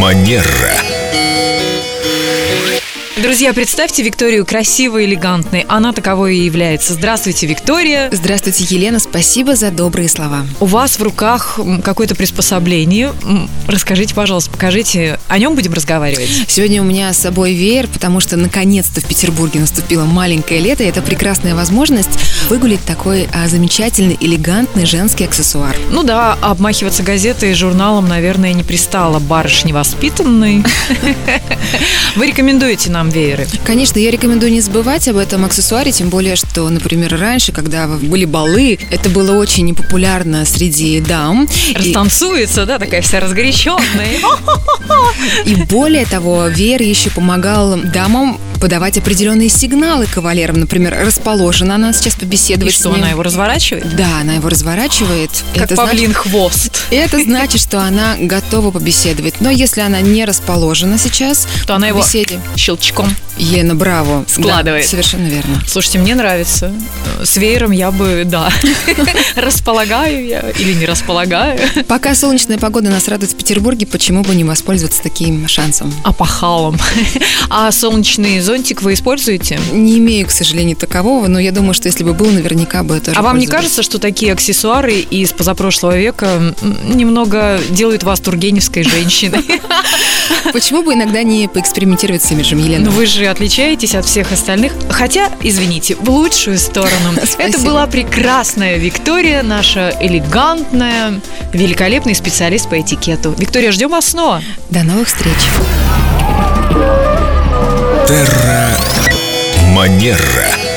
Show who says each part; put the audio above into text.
Speaker 1: Манера.
Speaker 2: Друзья, представьте Викторию красивой, элегантной. Она таковой и является. Здравствуйте, Виктория.
Speaker 3: Здравствуйте, Елена. Спасибо за добрые слова.
Speaker 2: У вас в руках м, какое-то приспособление. М, Расскажите, пожалуйста, покажите. О нем будем разговаривать.
Speaker 3: Сегодня у меня с собой веер, потому что наконец-то в Петербурге наступило маленькое лето, и это прекрасная возможность выгулить такой а, замечательный, элегантный женский аксессуар.
Speaker 2: Ну да, обмахиваться газетой и журналом, наверное, не пристало барышни воспитанной. Вы рекомендуете нам вееры?
Speaker 3: Конечно, я рекомендую не забывать об этом аксессуаре, тем более, что, например, раньше, когда были балы, это было очень непопулярно среди дам. И-
Speaker 2: Растанцуется, да, такая вся разгоряченная.
Speaker 3: И более того, веер еще помогал дамам подавать определенные сигналы кавалерам. Например, расположена она сейчас
Speaker 2: И
Speaker 3: побеседовать с
Speaker 2: что,
Speaker 3: ним.
Speaker 2: она его разворачивает?
Speaker 3: Да, она его разворачивает.
Speaker 2: Как
Speaker 3: Это значит-
Speaker 2: павлин хвост.
Speaker 3: это значит, что она готова побеседовать. Но если она не расположена сейчас
Speaker 2: То она
Speaker 3: к
Speaker 2: его
Speaker 3: беседе,
Speaker 2: щелчком
Speaker 3: Елена Браво. Да,
Speaker 2: Складывает.
Speaker 3: совершенно верно.
Speaker 2: Слушайте, мне нравится. Э, С веером я бы, да, располагаю я или не располагаю.
Speaker 3: Пока солнечная погода нас радует в Петербурге, почему бы не воспользоваться таким шансом?
Speaker 2: Апохалом. А солнечный зонтик вы используете?
Speaker 3: Не имею, к сожалению, такового, но я думаю, что если бы был, наверняка бы это.
Speaker 2: А вам не кажется, что такие аксессуары из позапрошлого века м, немного делают вас тургеневской женщиной?
Speaker 3: Почему бы иногда не поэкспериментировать с имиджем, Елена?
Speaker 2: Но Ну, вы же отличаетесь от всех остальных. Хотя, извините, в лучшую сторону. Это
Speaker 3: Спасибо.
Speaker 2: была прекрасная Виктория, наша элегантная, великолепный специалист по этикету. Виктория, ждем вас снова.
Speaker 3: До новых встреч.
Speaker 1: Манера.